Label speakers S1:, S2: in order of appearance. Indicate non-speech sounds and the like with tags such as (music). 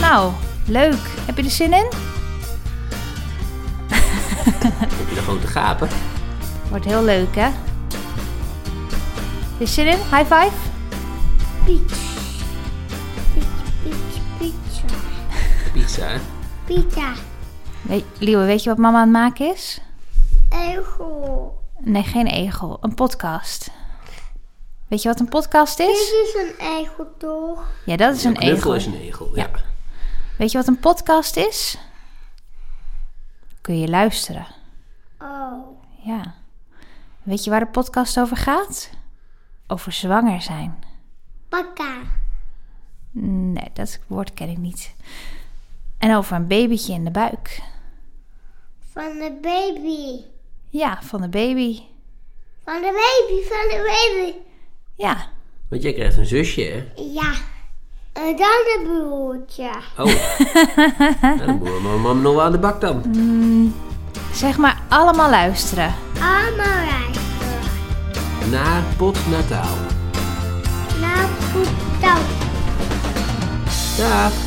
S1: Nou, leuk. Heb je er zin in?
S2: Heb je de grote gapen?
S1: Wordt heel leuk, hè? Heb je zin in? High five?
S3: Pizza. Pizza, pizza,
S2: Pizza, hè?
S3: pizza.
S1: Weet, Liewe, weet je wat mama aan het maken is?
S3: Egel.
S1: Nee, geen egel. Een podcast. Weet je wat een podcast
S3: Dit
S1: is?
S3: is een egel toch?
S1: Ja, dat is een
S2: knuffel
S1: egel.
S2: is een egel, ja.
S1: Weet je wat een podcast is? Kun je luisteren.
S3: Oh.
S1: Ja. Weet je waar de podcast over gaat? Over zwanger zijn.
S3: Pakka.
S1: Nee, dat woord ken ik niet. En over een babytje in de buik.
S3: Van de baby.
S1: Ja, van de baby.
S3: Van de baby, van de baby.
S1: Ja.
S2: Want jij krijgt een zusje,
S1: (laughs)
S2: hè?
S3: Ja. En dan een broertje.
S2: Oh. nou, dan moeten we mijn mam nog wel aan de bak
S1: Mm.
S2: dan.
S1: Zeg maar allemaal luisteren.
S3: Allemaal rijden.
S2: Na potnataal.
S3: Nou, goed dan.
S2: Dag.